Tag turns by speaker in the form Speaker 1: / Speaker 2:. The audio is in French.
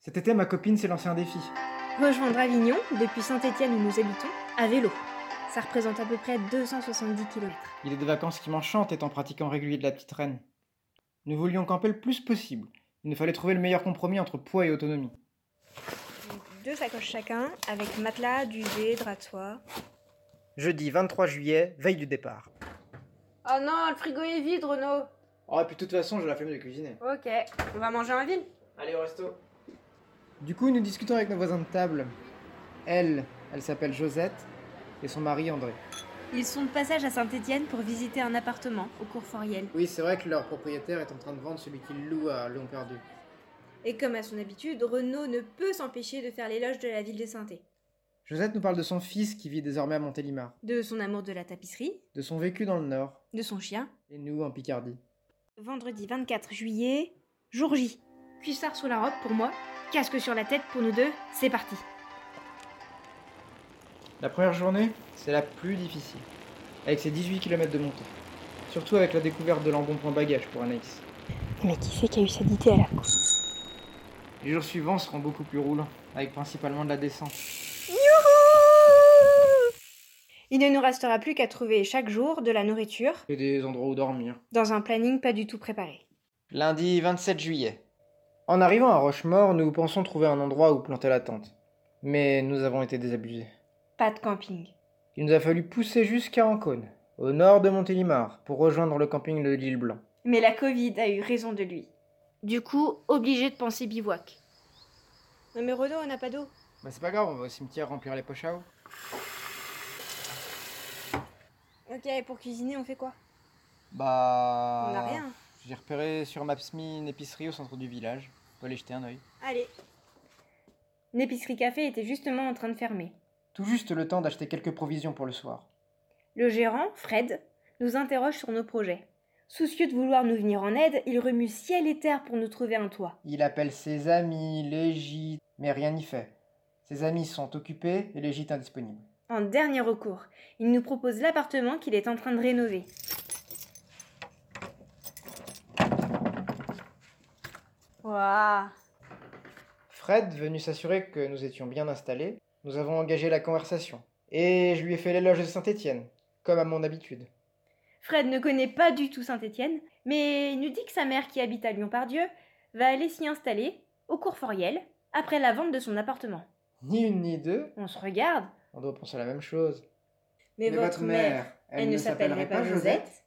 Speaker 1: Cet été, ma copine s'est lancée un défi.
Speaker 2: Rejoindre Avignon, depuis Saint-Étienne où nous habitons, à vélo. Ça représente à peu près 270 km.
Speaker 1: Il est des vacances qui m'enchantent étant pratiquant régulier de la petite reine. Nous voulions camper le plus possible. Il nous fallait trouver le meilleur compromis entre poids et autonomie.
Speaker 2: Deux sacoches chacun, avec matelas, duvet, drap de soie.
Speaker 1: Jeudi 23 juillet, veille du départ.
Speaker 3: Oh non, le frigo est vide, Renaud.
Speaker 1: Oh, et puis de toute façon, j'ai la flemme de cuisiner.
Speaker 3: Ok, on va manger en ville.
Speaker 1: Allez au resto. Du coup, nous discutons avec nos voisins de table. Elle, elle s'appelle Josette, et son mari André.
Speaker 2: Ils sont de passage à Saint-Étienne pour visiter un appartement au cours Foriel.
Speaker 1: Oui, c'est vrai que leur propriétaire est en train de vendre celui qu'il loue à Lyon perdu.
Speaker 2: Et comme à son habitude, Renaud ne peut s'empêcher de faire l'éloge de la ville de saint étienne
Speaker 1: Josette nous parle de son fils qui vit désormais à Montélimar,
Speaker 2: de son amour de la tapisserie,
Speaker 1: de son vécu dans le Nord,
Speaker 2: de son chien.
Speaker 1: et nous en Picardie.
Speaker 2: Vendredi 24 juillet, jour J. Cuissard sous la robe pour moi, casque sur la tête pour nous deux, c'est parti.
Speaker 1: La première journée, c'est la plus difficile, avec ses 18 km de montée. Surtout avec la découverte de l'embonpoint bagage pour Anaïs.
Speaker 2: Mais qui c'est qui a eu cette idée à la con
Speaker 1: Les jours suivants seront beaucoup plus roulants, avec principalement de la descente.
Speaker 2: Il ne nous restera plus qu'à trouver chaque jour de la nourriture
Speaker 1: Et des endroits où dormir.
Speaker 2: dans un planning pas du tout préparé.
Speaker 1: Lundi 27 juillet. En arrivant à Rochemort, nous pensons trouver un endroit où planter la tente. Mais nous avons été désabusés.
Speaker 2: Pas de camping.
Speaker 1: Il nous a fallu pousser jusqu'à Ancône, au nord de Montélimar, pour rejoindre le camping de l'île Blanc.
Speaker 2: Mais la Covid a eu raison de lui. Du coup, obligé de penser bivouac. Non mais Renaud, on n'a pas d'eau.
Speaker 1: Bah c'est pas grave, on va au cimetière remplir les poches à eau.
Speaker 2: Ok, et pour cuisiner, on fait quoi
Speaker 1: Bah...
Speaker 2: On n'a rien.
Speaker 1: J'ai repéré sur Mapsmi une épicerie au centre du village. On peut aller jeter un oeil.
Speaker 2: Allez. L'épicerie café était justement en train de fermer.
Speaker 1: Tout juste le temps d'acheter quelques provisions pour le soir.
Speaker 2: Le gérant, Fred, nous interroge sur nos projets. Soucieux de vouloir nous venir en aide, il remue ciel et terre pour nous trouver un toit.
Speaker 1: Il appelle ses amis, les gîtes, mais rien n'y fait. Ses amis sont occupés et les gîtes indisponibles.
Speaker 2: En dernier recours, il nous propose l'appartement qu'il est en train de rénover.
Speaker 3: Waouh.
Speaker 1: Fred, venu s'assurer que nous étions bien installés, nous avons engagé la conversation. Et je lui ai fait l'éloge de Saint-Étienne, comme à mon habitude.
Speaker 2: Fred ne connaît pas du tout Saint-Étienne, mais il nous dit que sa mère, qui habite à Lyon-Pardieu, va aller s'y installer, au cours Foriel, après la vente de son appartement.
Speaker 1: Ni une ni deux,
Speaker 2: On se regarde.
Speaker 1: on doit penser à la même chose.
Speaker 2: Mais,
Speaker 1: elle,
Speaker 2: ne s'appellerait pas Josette